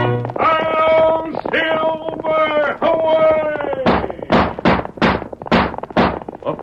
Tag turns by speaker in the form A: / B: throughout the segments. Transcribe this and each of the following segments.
A: Brown Silver, away! A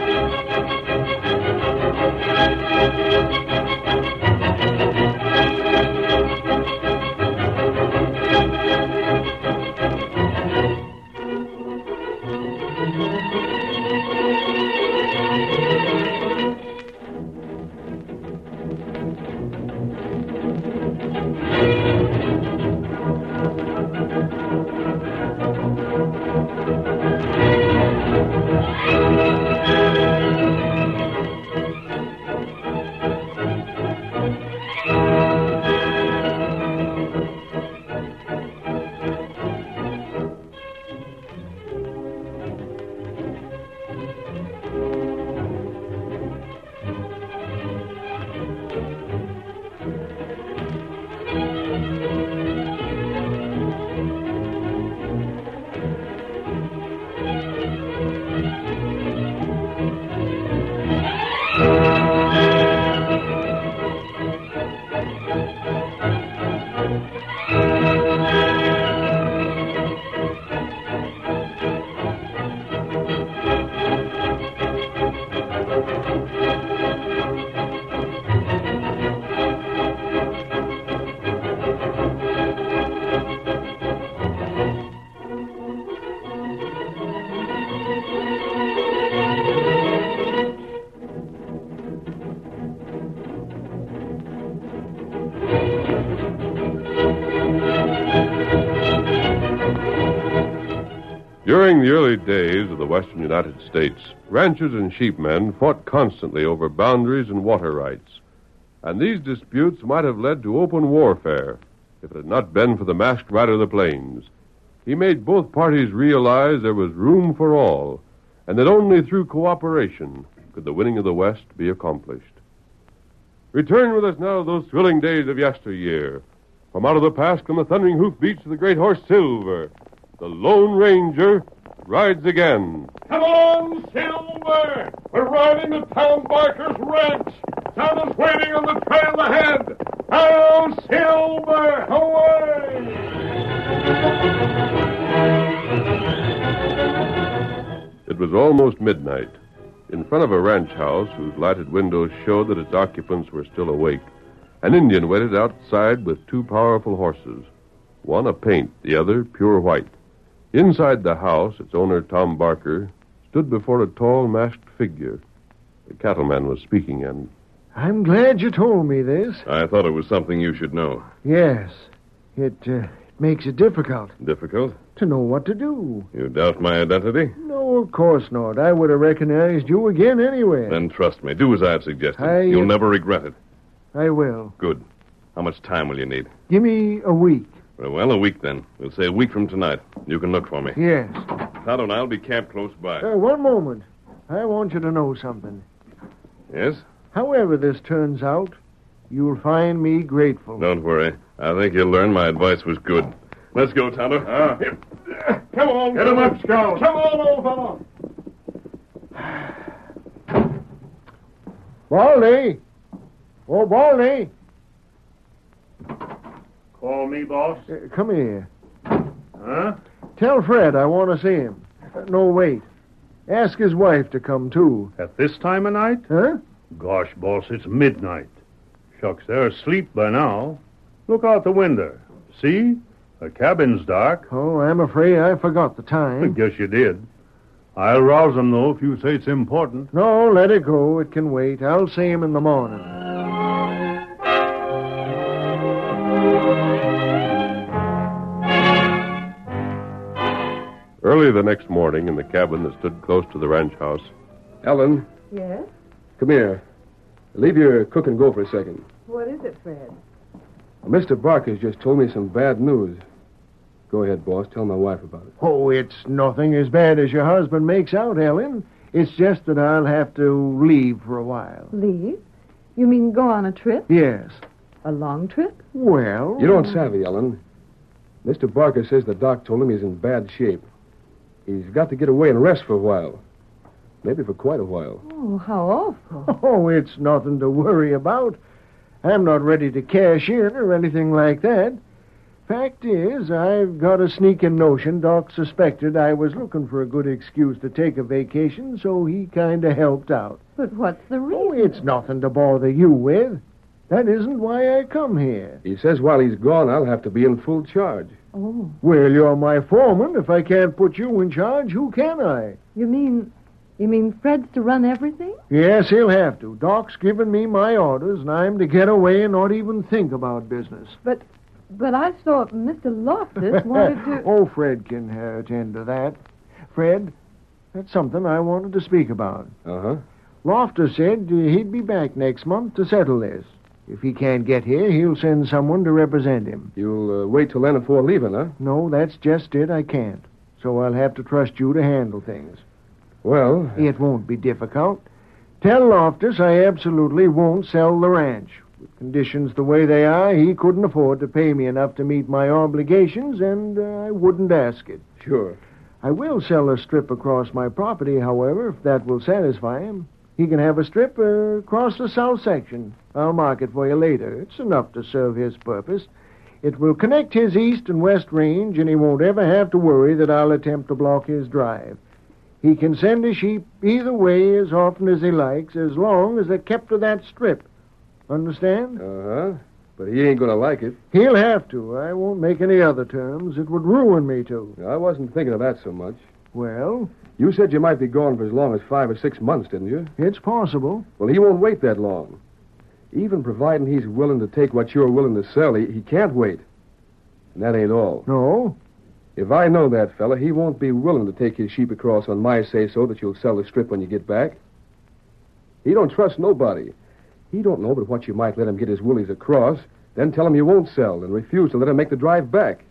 A: During the early days of the western United States, ranchers and sheepmen fought constantly over boundaries and water rights. And these disputes might have led to open warfare if it had not been for the masked rider of the plains. He made both parties realize there was room for all, and that only through cooperation could the winning of the West be accomplished. Return with us now to those thrilling days of yesteryear. From out of the past come the thundering hoofbeats of the great horse Silver. The Lone Ranger rides again. Come on, Silver! We're riding to Tom Barker's ranch. Tom is waiting on the trail ahead. Now, Silver, away! It was almost midnight. In front of a ranch house whose lighted windows showed that its occupants were still awake, an Indian waited outside with two powerful horses one a paint, the other pure white. Inside the house, its owner, Tom Barker, stood before a tall, masked figure. The cattleman was speaking, and
B: I'm glad you told me this.
A: I thought it was something you should know.
B: Yes, it, uh, it makes it difficult
A: Difficult?
B: to know what to do.
A: You doubt my identity?
B: No, of course not. I would have recognized you again anyway.
A: Then trust me. Do as I've suggested.
B: I-
A: You'll never regret it.
B: I will.
A: Good. How much time will you need?
B: Give me a week.
A: Very well, a week then. We'll say a week from tonight. You can look for me.
B: Yes.
A: Todd and I'll be camped close by.
B: Uh, one moment. I want you to know something.
A: Yes?
B: However this turns out, you'll find me grateful.
A: Don't worry. I think you'll learn my advice was good. Let's go, Tonto. Come on. Get him up, Scout. Come on, old fellow.
B: Baldy! Oh, Baldy!
C: Call me, boss?
B: Uh, come here.
C: Huh?
B: Tell Fred I want to see him. Uh, no, wait. Ask his wife to come, too.
C: At this time of night?
B: Huh?
C: Gosh, boss, it's midnight. Shucks, they're asleep by now. Look out the window. See? The cabin's dark.
B: Oh, I'm afraid I forgot the
C: I
B: time.
C: guess you did. I'll rouse them, though, if you say it's important.
B: No, let it go. It can wait. I'll see him in the morning.
A: Early the next morning, in the cabin that stood close to the ranch house,
D: Ellen,
E: Yes?
D: come here. Leave your cook and go for a second.
E: What is it, Fred?
D: Mr. Barker's just told me some bad news.
C: Go ahead, boss. Tell my wife about it.
B: Oh, it's nothing as bad as your husband makes out, Ellen. It's just that I'll have to leave for a while.
E: Leave? You mean go on a trip?
B: Yes.
E: A long trip?
B: Well.
C: You don't savvy, Ellen. Mr. Barker says the doc told him he's in bad shape. He's got to get away and rest for a while. Maybe for quite a while.
E: Oh, how awful.
B: Oh, it's nothing to worry about. I'm not ready to cash in or anything like that. Fact is, I've got a sneaking notion Doc suspected I was looking for a good excuse to take a vacation, so he kind of helped out.
E: But what's the reason?
B: Oh, it's nothing to bother you with. That isn't why I come here.
C: He says while he's gone, I'll have to be in full charge.
E: Oh,
B: Well, you're my foreman. If I can't put you in charge, who can I?
E: you mean, you mean Fred's to run everything?
B: Yes, he'll have to. Doc's given me my orders, and I'm to get away and not even think about business.
E: But I saw Mr. Loftus wanted to.
B: oh, Fred can uh, attend to that. Fred, that's something I wanted to speak about.
C: Uh huh.
B: Loftus said uh, he'd be back next month to settle this. If he can't get here, he'll send someone to represent him.
C: You'll uh, wait till then before leaving, huh?
B: No, that's just it. I can't. So I'll have to trust you to handle things.
C: Well,
B: It won't be difficult. Tell Loftus I absolutely won't sell the ranch. With conditions the way they are, he couldn't afford to pay me enough to meet my obligations, and uh, I wouldn't ask it.
C: sure.
B: I will sell a strip across my property, however, if that will satisfy him. He can have a strip uh, across the south section. I'll mark it for you later. It's enough to serve his purpose. It will connect his east and west range, and he won't ever have to worry that I'll attempt to block his drive. He can send his sheep either way as often as he likes, as long as they're kept to that strip. Understand?
C: Uh huh. But he ain't gonna like it.
B: He'll have to. I won't make any other terms. It would ruin me to.
C: I wasn't thinking of that so much.
B: Well,
C: You said you might be gone for as long as five or six months, didn't you?
B: it's possible.
C: Well, he won't wait that long. Even providing he's willing to take what you're willing to sell, he, he can't wait. And that ain't all.
B: No.
C: If I know that fella, he won't be willing to take his sheep across on my say so that you'll sell the strip when you get back. He don't trust nobody. He don't know but what you might let him get his willies across, then tell him you won't sell and refuse to let him make the drive back.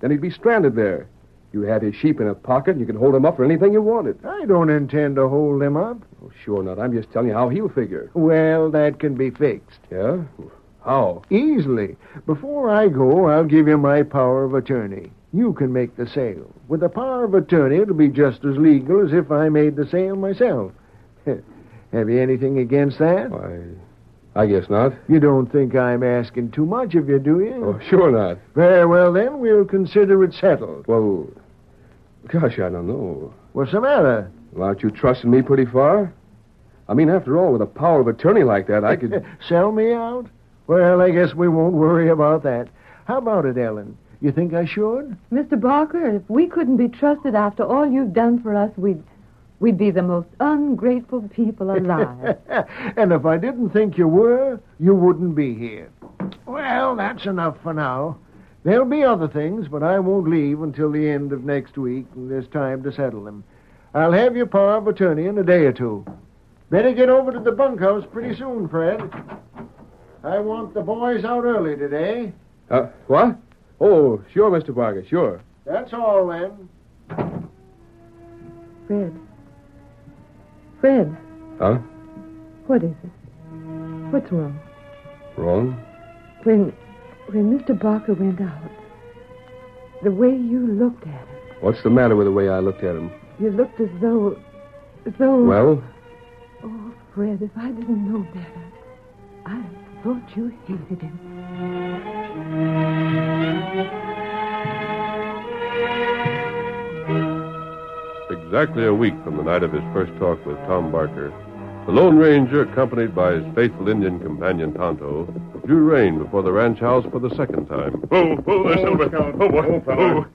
C: Then he'd be stranded there. You have his sheep in a pocket and you can hold him up for anything you wanted.
B: I don't intend to hold him up.
C: Oh, sure not. I'm just telling you how he'll figure.
B: Well, that can be fixed.
C: Yeah? How?
B: Easily. Before I go, I'll give you my power of attorney. You can make the sale. With the power of attorney, it'll be just as legal as if I made the sale myself. Have you anything against that?
C: Why, I guess not.
B: You don't think I'm asking too much of you, do you?
C: Oh, sure not.
B: Very well, then, we'll consider it settled.
C: Well, gosh, I don't know.
B: What's the matter?
C: Well, aren't you trusting me pretty far? I mean, after all, with a power of attorney like that, I could.
B: Sell me out? Well, I guess we won't worry about that. How about it, Ellen? You think I should?
E: Mr. Barker, if we couldn't be trusted after all you've done for us, we'd, we'd be the most ungrateful people alive.
B: and if I didn't think you were, you wouldn't be here. Well, that's enough for now. There'll be other things, but I won't leave until the end of next week, and there's time to settle them. I'll have your power of attorney in a day or two. Better get over to the bunkhouse pretty soon, Fred. I want the boys out early today.
C: Uh, what? Oh, sure, Mr. Barker, sure.
B: That's all, then.
E: Fred. Fred.
C: Huh?
E: What is it? What's wrong?
C: Wrong?
E: When, when Mr. Barker went out, the way you looked at him,
C: What's the matter with the way I looked at him?
E: you looked as though, as though.
C: Well,
E: Oh, Fred, if I didn't know better, I thought you hated him.
F: Exactly a week from the night of his first talk with Tom Barker, the Lone Ranger, accompanied by his faithful Indian companion Tonto, drew rein before the ranch house for the second time.
G: Whoa, whoa, there's Silver. Oh, boy.
H: Oh, fella.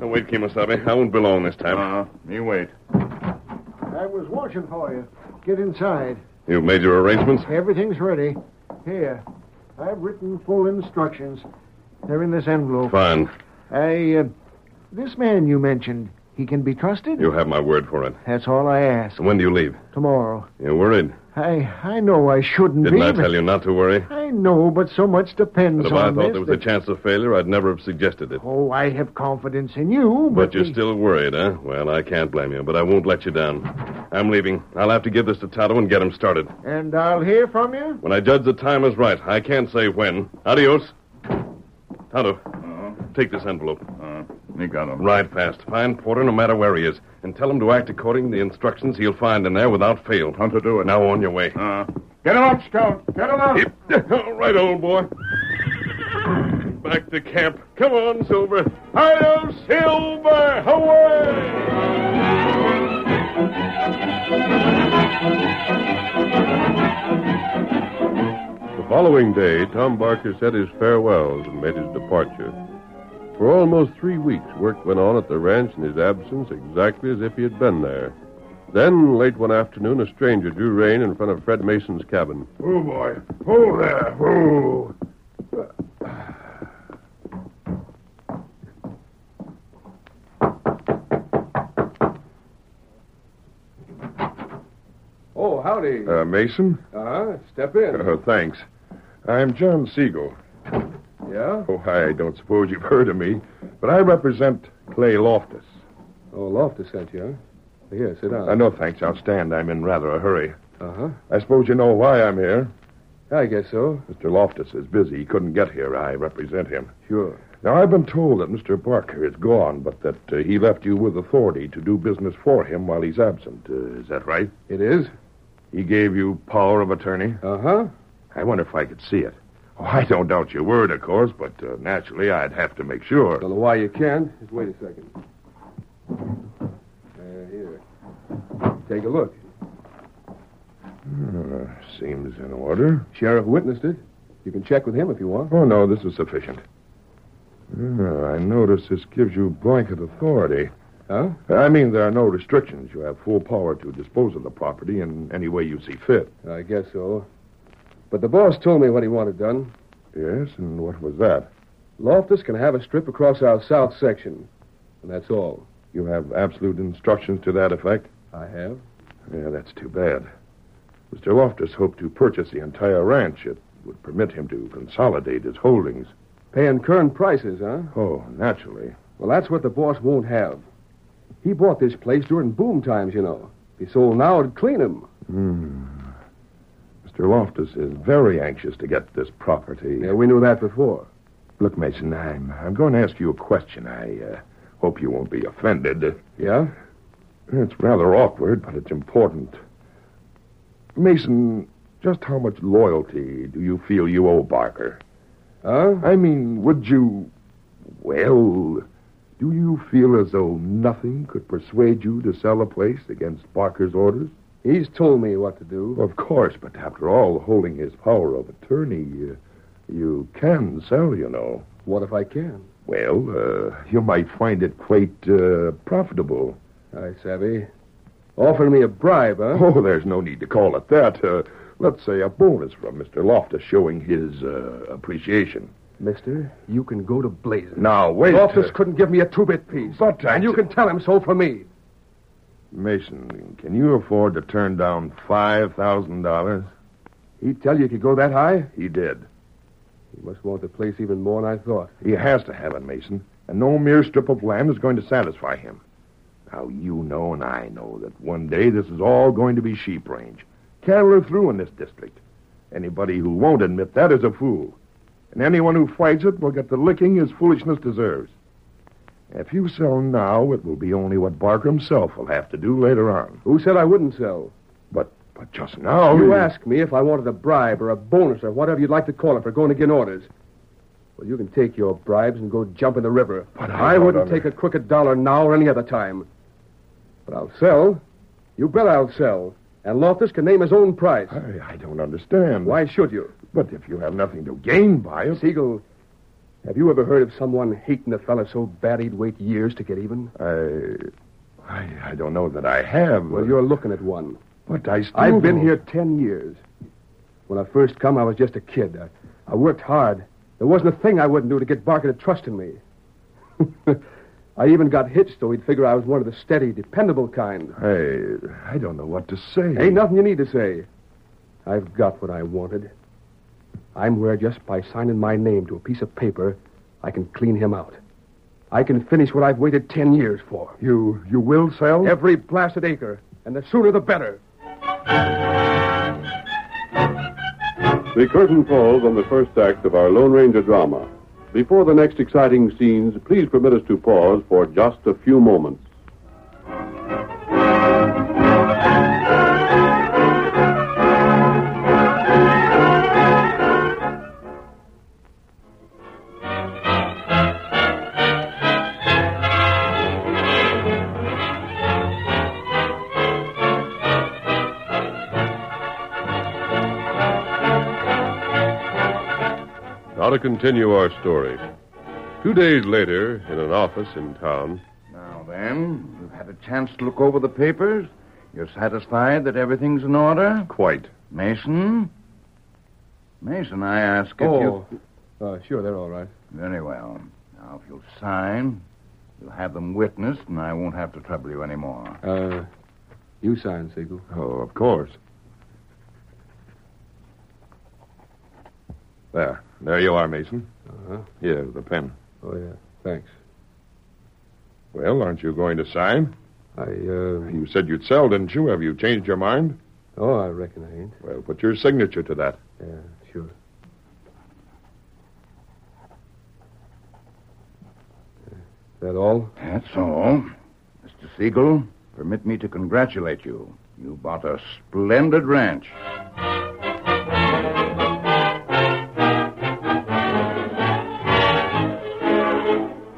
G: Oh, wait, Kemosabe. I won't be long this time.
H: Uh,
A: Uh-huh.
H: me wait.
B: I was watching for you. Get inside.
G: You've made your arrangements?
B: Everything's ready. Here, I've written full instructions. They're in this envelope.
G: Fine.
B: I, uh, this man you mentioned, He can be trusted?
G: You have my word for it.
B: That's all I ask.
G: So when do you leave?
B: Tomorrow.
G: You're worried.
B: I I know I shouldn't
G: Didn't
B: be.
G: I
B: but-
G: tell you not to worry?
B: I know, but so much depends
G: But if
B: on
G: I thought
B: this
G: there was
B: that-
G: a chance of failure, I'd never have suggested it.
B: Oh, I have confidence in you, but,
G: But you're
B: the-
G: still worried, huh? Well, I can't blame you, but I won't let you down. I'm leaving. I'll have to give this to Tonto and get him started.
B: And I'll hear from you?
G: When I judge the time is right, I can't say when. Adios. Tonto, take this envelope.
A: Migado.
G: Ride fast. Find Porter no matter where he is, and tell him to act according to the instructions he'll find in there without fail. Tonto, do it. Uh-huh. Now on your way.
A: Uh, get him up, Scout. Get him up.
G: Yep. All right, old boy. Back to camp. Come on, Silver. Hiyo, Silver! Away!
F: The following day, Tom Barker said his farewells and made his departure. For almost three weeks, work went on at the ranch in his absence exactly as if he had been there. Then, late one afternoon, a stranger drew rein in front of Fred Mason's cabin.
A: Oh, boy. Oh, there. Oh.
C: Oh, howdy.
A: Uh, Mason?
C: Uh-huh. Step in.
A: Uh, thanks. I'm John Siegel.
C: Yeah?
A: Oh, I don't suppose you've heard of me, but I represent Clay Loftus.
C: Oh, Loftus sent you, huh? Here, sit down.
A: Uh, no, thanks. I'll stand. I'm in rather a hurry.
C: Uh-huh.
A: I suppose you know why I'm here.
C: I guess so.
A: Mr. Loftus is busy. He couldn't get here. I represent him.
C: Sure.
A: Now, I've been told that Mr. Barker is gone, but that uh, he left you with authority to do business for him while he's absent. Uh, is that right?
C: It is?
A: He gave you power of attorney?
C: Uh-huh.
A: I wonder if I could see it. Oh, I don't doubt your word, of course, but uh, naturally I'd have to make sure.
C: Don't know why you can't. Just wait a second. Uh, here. Take a look.
A: Uh, seems in order.
C: Sheriff witnessed it. You can check with him if you want.
A: Oh, no, this is sufficient. Uh, I notice this gives you blanket authority.
C: Huh?
A: I mean, there are no restrictions. You have full power to dispose of the property in any way you see fit.
C: I guess so. But the boss told me what he wanted done.
A: Yes, and what was that?
C: Loftus can have a strip across our south section. And that's all.
A: You have absolute instructions to that effect?
C: I have.
A: Yeah, that's too bad. Mr. Loftus hoped to purchase the entire ranch. It would permit him to consolidate his holdings.
C: Paying current prices, huh?
A: Oh, naturally.
C: Well, that's what the boss won't have. He bought this place during boom times, you know. If he sold now, it'd clean him.
A: Mr. Hmm. Loftus is very anxious to get this property.
C: Yeah, we knew that before.
A: Look, Mason, I'm, I'm going to ask you a question. I uh, hope you won't be offended.
C: Yeah?
A: It's rather awkward, but it's important. Mason, just how much loyalty do you feel you owe Barker?
C: Huh?
A: I mean, would you. Well, do you feel as though nothing could persuade you to sell a place against Barker's orders?
C: He's told me what to do.
A: Of course, but after all, holding his power of attorney, uh, you can sell, you know.
C: What if I can?
A: Well, uh, you might find it quite uh, profitable.
C: I savvy. Offering me a bribe, huh?
A: Oh, there's no need to call it that. Uh, let's say a bonus from Mr. Loftus showing his uh, appreciation.
C: Mister, you can go to blazes.
A: Now, wait.
C: Loftus
A: uh,
C: couldn't give me a two-bit piece.
A: But I-
C: and you can tell him so for me.
A: Mason, can you afford to turn down $5,000?
C: He'd tell you he could go that high?
A: He did.
C: He must want the place even more than I thought.
A: He has to have it, Mason. And no mere strip of land is going to satisfy him. Now, you know and I know that one day this is all going to be sheep range. Cattle are through in this district. Anybody who won't admit that is a fool. And anyone who fights it will get the licking his foolishness deserves. If you sell now, it will be only what Barker himself will have to do later on.
C: Who said I wouldn't sell?
A: But just now.
C: you asked me if I wanted a bribe or a bonus or whatever you'd like to call it for going against orders. Well, you can take your bribes and go jump in the river.
A: But I
C: I,
A: don't
C: wouldn't
A: under-
C: take a crooked dollar now or any other time. But I'll sell. You bet I'll sell. And Loftus can name his own price.
A: I, I don't understand.
C: Why should you?
A: But if you have nothing to gain by it.
C: Siegel, have you ever heard of someone hating a fella so bad he'd wait years to get even?
A: I, I, I don't know that I have.
C: Well, you're looking at one.
A: But I still.
C: I've been
A: don't-
C: here ten years. When I first come, I was just a kid. I, I worked hard. There wasn't a thing I wouldn't do to get Barker to trust in me. I even got hitched so he'd figure I was one of the steady, dependable kind.
A: I, I don't know what to say.
C: Ain't nothing you need to say. I've got what I wanted. I'm where just by signing my name to a piece of paper, I can clean him out. I can finish what I've waited ten years for.
A: You, you will sell?
C: Every blasted acre, and the sooner the better.
F: The curtain falls on the first act of our Lone Ranger drama. Before the next exciting scenes, please permit us to pause for just a few moments. Now to continue our story. Two days later, in an office in town,
I: Now then, you've had a chance to look over the papers. You're satisfied that everything's in order?
G: Quite.
I: Mason? Mason, I ask if you.
C: oh, uh, sure, they're all right.
I: Very well. Now, if you'll sign, you'll have them witnessed, and I won't have to trouble you any more.
C: Uh, you sign, Siegel.
A: Oh, of course. There. There you are, Mason.
C: Uh-huh.
A: Here, the pen.
C: Oh, yeah. Thanks.
A: Well, aren't you going to sign?
C: I, uh...
A: You said you'd sell, didn't you? Have you changed your mind?
C: Oh, I reckon I ain't.
A: Well, put your signature to that.
C: Yeah, sure. That all?
I: That's all. Mr. Siegel, permit me to congratulate you. You bought a splendid ranch.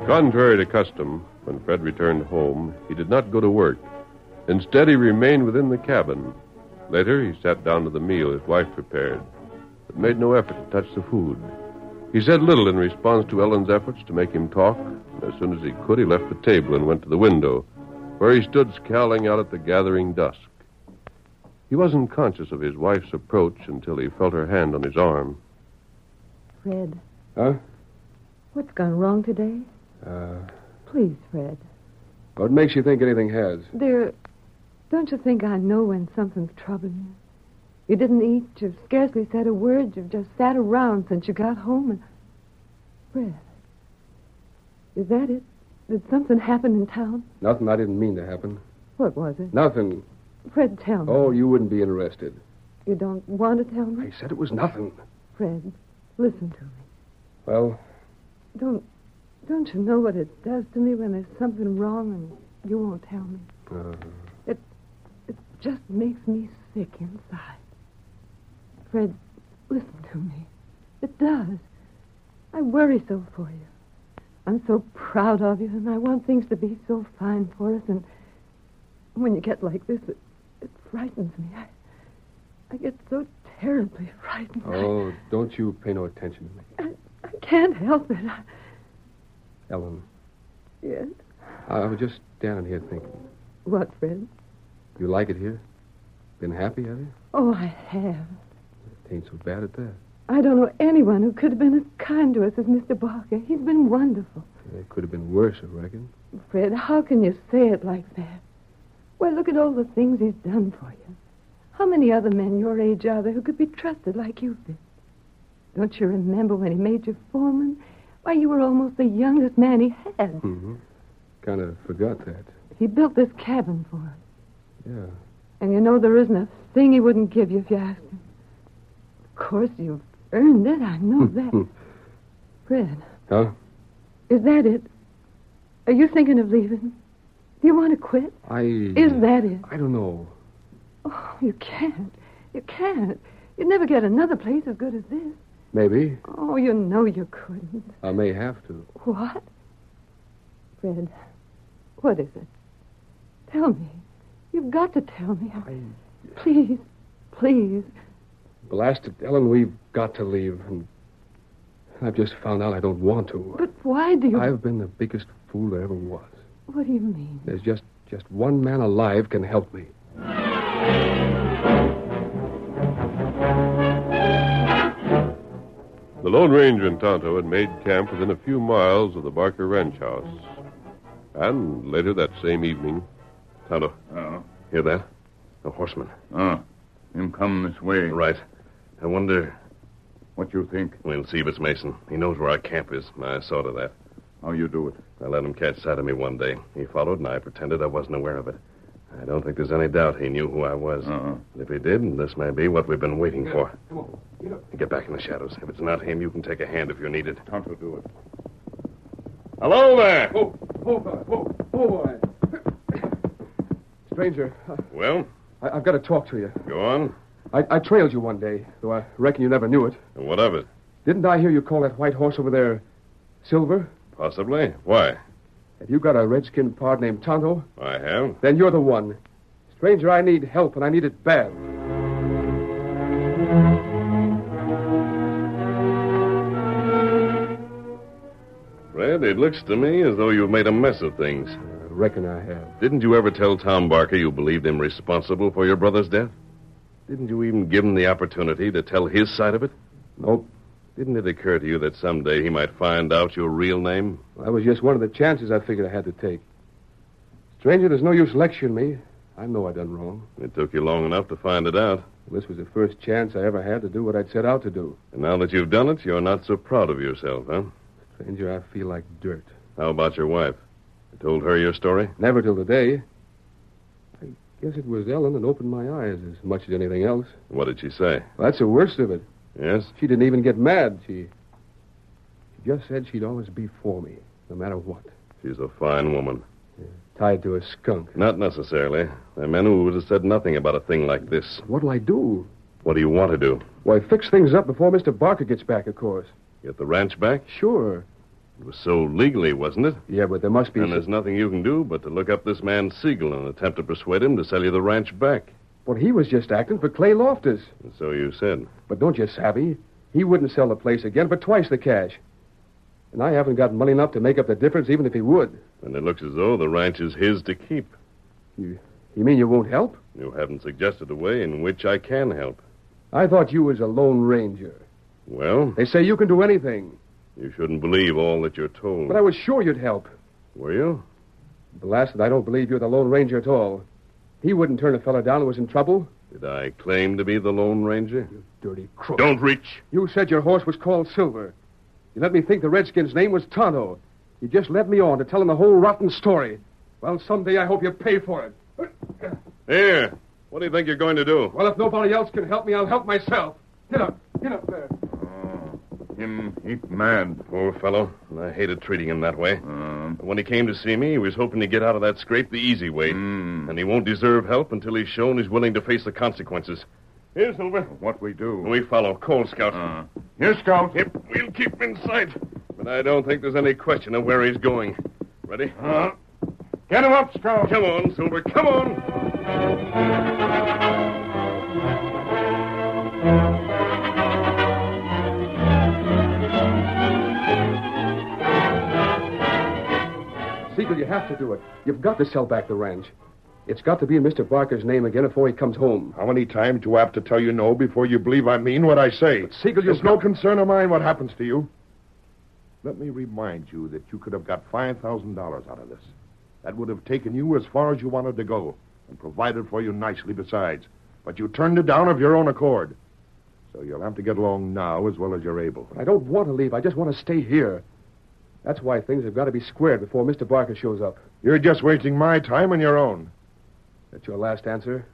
F: contrary to custom, when Fred returned home, he did not go to work. Instead, he remained within the cabin. Later, he sat down to the meal his wife prepared, but made no effort to touch the food. He said little in response to Ellen's efforts to make him talk. and As soon as he could, he left the table and went to the window, where he stood scowling out at the gathering dusk. He wasn't conscious of his wife's approach until he felt her hand on his arm.
E: Fred.
C: Huh?
E: What's gone wrong today?
C: Uh,
E: Please, Fred.
C: what makes you think anything has?
E: There. Don't you think I know when something's troubling you? You didn't eat. You've scarcely said a word. You've just sat around since you got home and. Fred. Is that it? Did something happen in town?
C: Nothing I didn't mean to happen.
E: What was it?
C: Nothing.
E: Fred, tell me.
C: Oh, you wouldn't be interested.
E: You don't want to tell me?
C: I said it was nothing.
E: Fred, listen to me.
C: Well,
E: Don't. Don't you know what it does to me when there's something wrong and you won't tell me?
C: uh,
E: It just makes me sick inside. Fred, listen to me. It does. I worry so for you. I'm so proud of you, and I want things to be so fine for us. And when you get like this, it, it frightens me. I, I get so terribly frightened.
C: oh, don't you pay no attention to me.
E: I can't help it. I,
C: Ellen,
E: yes.
C: I, I was just standing here thinking.
E: What, Fred?
C: You like it here? Been happy, have you?
E: Oh, I have.
C: Ain't so bad at that.
E: I don't know anyone who could have been as kind to us as Mr. Barker. He's been wonderful.
C: It could have been worse, I reckon.
E: Fred, how can you say it like that? Well, look at all the things he's done for you. How many other men your age are there who could be trusted like you've been? Don't you remember when he made you foreman? Why, you were almost the youngest man he had.
C: Mm-hmm. Kind of forgot that.
E: He built this cabin for us.
C: Yeah.
E: And you know there isn't a thing he wouldn't give you if you asked him. Of course, you've earned it. I know that. Fred.
C: Hmm, Huh?
E: Is that it? Are you thinking of leaving? Do you want to quit?
C: I.
E: Is that it?
C: I don't know.
E: Oh, you can't. You can't. You'd never get another place as good as this.
C: Maybe.
E: Oh, you know you couldn't.
C: I may have to.
E: What? Fred, what is it? Tell me. You've got to tell me. Please, please.
C: Blasted, Ellen, we've got to leave. And I've just found out I don't want to.
E: But why do you.
C: I've been the biggest fool there ever was.
E: What do you mean?
C: There's just just one man alive can help me.
F: The Lone Ranger and Tonto had made camp within a few miles of the Barker ranch house. And later that same evening. Tonto,
G: Uh,
F: hear that? A horseman.
G: uh,
I: Ah,
G: him come this way.
F: Right. I wonder.
G: What you think?
F: We'll see if it's Mason. He knows where our camp is. I saw to that.
G: How you do it?
F: I let him catch sight of me one day. He followed, and I pretended I wasn't aware of it. I don't think there's any doubt he knew who I was.
G: Uh-uh.
F: If he did, this may be what we've been waiting for. Come on. Get, back in the shadows. If it's not him, you can take a hand if you need it.
G: Tonto do it.
F: Hello there.
C: Stranger, uh,
F: Well,
C: I, I've got to talk to you.
F: go on.
C: I, I trailed you one day, though I reckon you never knew it.
F: What of it?
C: Didn't I hear you call that white horse over there Silver?
F: Possibly. Why?
C: Have you got a redskin pard named Tonto?
F: I have.
C: Then you're the one. Stranger, I need help, and I need it bad.
F: Red, it looks to me as though you've made a mess of things.
C: I reckon I have.
F: Didn't you ever tell Tom Barker you believed him responsible for your brother's death? Didn't you even give him the opportunity to tell his side of it?
C: Nope.
F: Didn't it occur to you that someday he might find out your real name?
C: That was just one of the chances I figured I had to take. Stranger, there's no use lecturing me. I know I done wrong.
F: It took you long enough to find it out.
C: This was the first chance I ever had to do what I'd set out to do.
F: And now that you've done it, you're not so proud of yourself, huh?
C: Stranger, I feel like dirt.
F: How about your wife? You told her your story?
C: Never till today. I guess it was Ellen that opened my eyes as much as anything else.
F: What did she say?
C: That's the worst of it.
F: Yes?
C: She didn't even get mad. She, she just said she'd always be for me, no matter what.
F: She's a fine woman.
C: Tied to a skunk.
F: Not necessarily. There are men who would have said nothing about a thing like this.
C: What'll I do?
F: What do you want to do?
C: Why, fix things up before Mr. Barker gets back, of course.
F: Get the ranch back?
C: Sure.
F: It was sold legally, wasn't it?
C: Yeah, but there must be.
F: And there's nothing you can do but to look up this man Siegel and attempt to persuade him to sell you the ranch back.
C: Well, he was just acting for Clay Loftus.
F: And so you said.
C: But don't you savvy? He wouldn't sell the place again for twice the cash. And I haven't got money enough to make up the difference, even if he would.
F: And it looks as though the ranch is his to keep.
C: You mean you won't help?
F: You haven't suggested a way in which I can help.
C: I thought you was a lone ranger.
F: Well,
C: They say you can do anything.
F: you shouldn't believe all that you're told.
C: But I was sure you'd help.
F: Were you?
C: Blasted, I don't believe you're the Lone Ranger at all. He wouldn't turn a fella down who was in trouble.
F: Did I claim to be the Lone Ranger?
C: Dirty crook.
F: Don't reach.
C: You said your horse was called Silver. You let me think the Redskin's name was Tonto. You just led me on to tell him the whole rotten story. Well, someday I hope you pay for it.
F: Here. What do you think you're going to do?
C: Well, if nobody else can help me, I'll help myself. Get up. Get up there.
G: Him heap mad.
F: Poor fellow. I hated treating him that way.
I: Um,
G: Uh,
F: When he came to see me, he was hoping to get out of that scrape the easy way. And he won't deserve help until he's shown he's willing to face the consequences. Here, Silver.
G: what we do?
F: We follow. Call Scout.
G: Uh, here, Scout.
F: Yep, we'll keep him in sight. But I don't think there's any question of where he's going. Ready?
G: Uh, get him up, Scout.
F: Come on, Silver. Come on.
C: Siegel, you have to do it. You've got to sell back the ranch. It's got to be in Mr. Barker's name again before he comes home.
A: How many times do I have to tell you no before you believe I mean what I say?
C: Siegel, you've
A: It's no concern of mine what happens to you. Let me remind you that you could have got $5,000 out of this. That would have taken you as far as you wanted to go and provided for you nicely besides. But you turned it down of your own accord. So you'll have to get along now as well as you're able.
C: I don't want to leave. I just want to stay here. That's why things have got to be squared before Mr. Barker shows up.
A: You're just wasting my time and your own.
C: That's your last answer?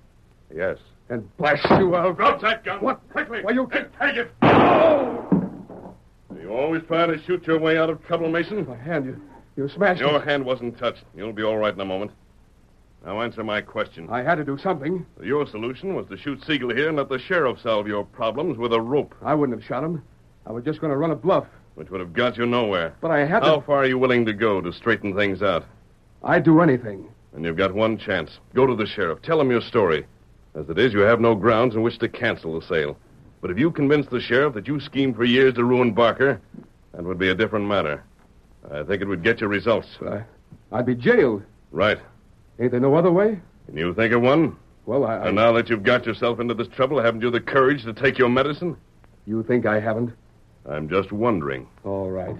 A: Yes.
C: And blast you out.
F: Drop that gun. What? Quickly.
C: Why, you can't
F: Take it. You always try to shoot your way out of trouble, Mason.
C: My hand, you, you smashed
F: Your
C: it.
F: hand wasn't touched. You'll be all right in a moment. Now answer my question.
C: I had to do something.
F: Your solution was to shoot Siegel here and let the sheriff solve your problems with a rope,
C: I wouldn't have shot him. I was just going to run a bluff.
F: which would have got you nowhere.
C: But I had
F: How
C: to.
F: far are you willing to go to straighten things out?
C: I'd do anything.
F: And you've got one chance. Go to the sheriff. Tell him your story. As it is, you have no grounds in which to cancel the sale. But if you convince the sheriff that you schemed for years to ruin Barker, that would be a different matter. I think it would get you results.
C: I'd be jailed.
F: Right.
C: Ain't there no other way?
F: Can you think of one?
C: Well, I. I
F: And now that you've got yourself into this trouble, haven't you the courage to take your medicine?
C: You think I haven't?
F: I'm just wondering.
C: All right.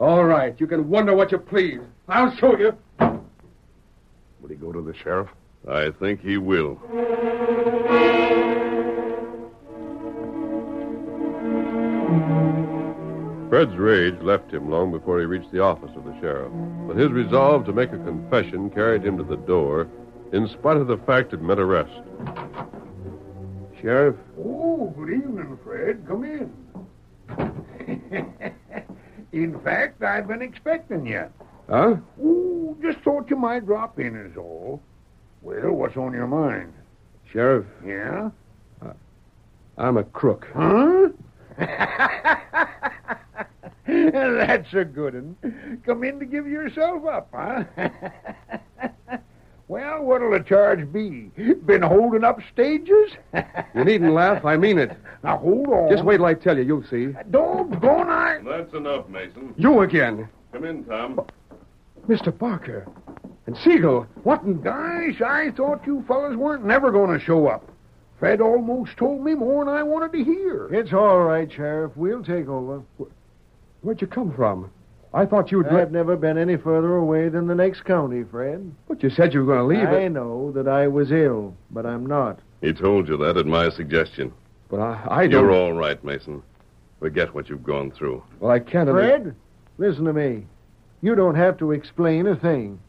C: All right. You can wonder what you please. I'll show you.
A: Will he go to the sheriff?
F: I think he will. Fred's rage left him long before he reached the office of the sheriff, but his resolve to make a confession carried him to the door, in spite of the fact it meant arrest.
A: Sheriff,
J: Oh, good evening, Fred. Come in. in fact, I've been expecting you.
C: Huh?
J: Oh, just thought you might drop in, is all. Well, what's on your mind?
C: Sheriff,
J: Yeah?
C: I'm a crook.
J: Huh? That's a good one. Come in to give yourself up, huh? well, what'll the charge be? Been holding up stages?
C: You needn't laugh. I mean it.
J: now, hold on.
C: Just wait till I tell you. You'll see.
J: Doggone, I...
F: That's enough, Mason.
C: You again.
F: Come in, Tom.
C: Mr. Barker. And Siegel. What in...
J: Gosh, I thought you fellas weren't never going to show up. Fred almost told me more than I wanted to hear.
B: It's all right, Sheriff. We'll take over.
C: Where'd you come from? I thought you'd...
B: I've never been any further away than the next county, Fred.
C: But you said you were going to leave.
B: I
C: it.
B: know that I was ill, but I'm not.
G: He told you that at my suggestion.
C: But I, I don't...
G: You're all right, Mason. Forget what you've gone through.
C: Well, I can't... under-
B: Fred, listen to me. You don't have to explain a thing.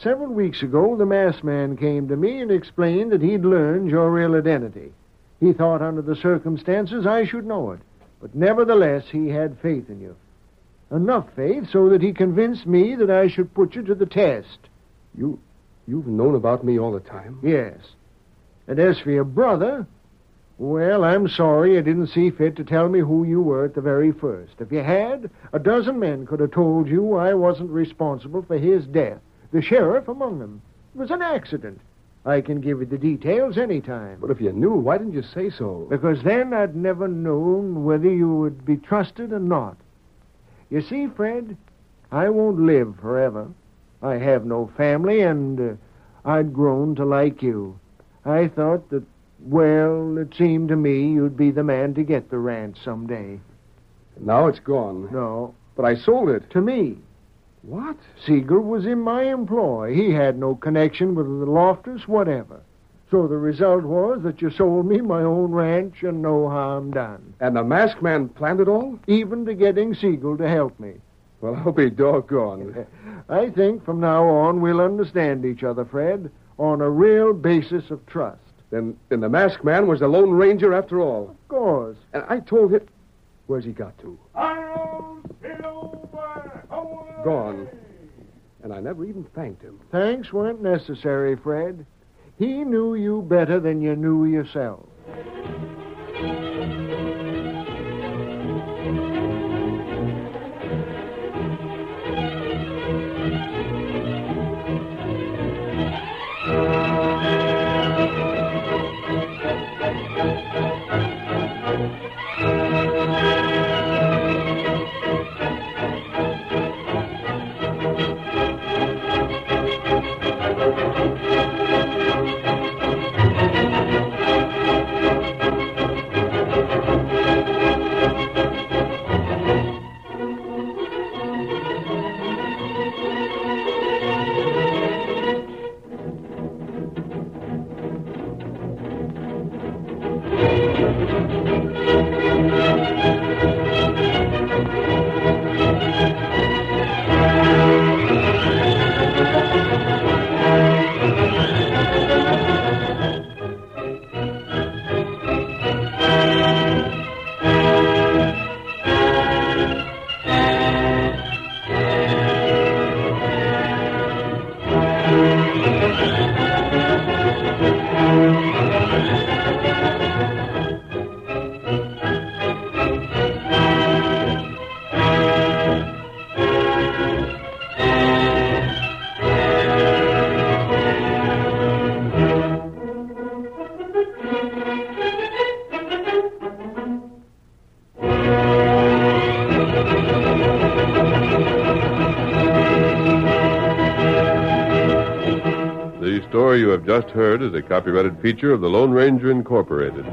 B: Several weeks ago, the masked man came to me and explained that he'd learned your real identity. He thought under the circumstances I should know it, but nevertheless, he had faith in you. Enough faith so that he convinced me that I should put you to the test.
C: You've known about me all the time.
B: Yes. And as for your brother, well, I'm sorry you didn't see fit to tell me who you were at the very first. If you had, a dozen men could have told you I wasn't responsible for his death, the sheriff among them. It was an accident. I can give you the details any time.
C: But if you knew, why didn't you say so?
B: Because then I'd never known whether you would be trusted or not. You see, Fred, I won't live forever. I have no family, and uh, I'd grown to like you. I thought that, well, it seemed to me you'd be the man to get the ranch someday.
C: Now it's gone.
B: No,
C: But I sold it.
B: to me.
C: What?
B: Seeger was in my employ. He had no connection with the Loftus, whatever. So the result was that you sold me my own ranch and no harm done.
C: And the masked man planned it all?
B: even to getting Siegel to help me.
C: Well, I'll be doggone.
B: I think from now on we'll understand each other, Fred, on a real basis of trust.
C: then, then the masked man was the Lone Ranger after all.
B: Of course.
C: And I told him... Where's he got to?
J: Arnold Silver! away!
C: Gone. And I never even thanked him.
B: Thanks weren't necessary, Fred. He knew you better than you knew yourself.
F: The story you have just heard is a copyrighted feature of the Lone Ranger Incorporated.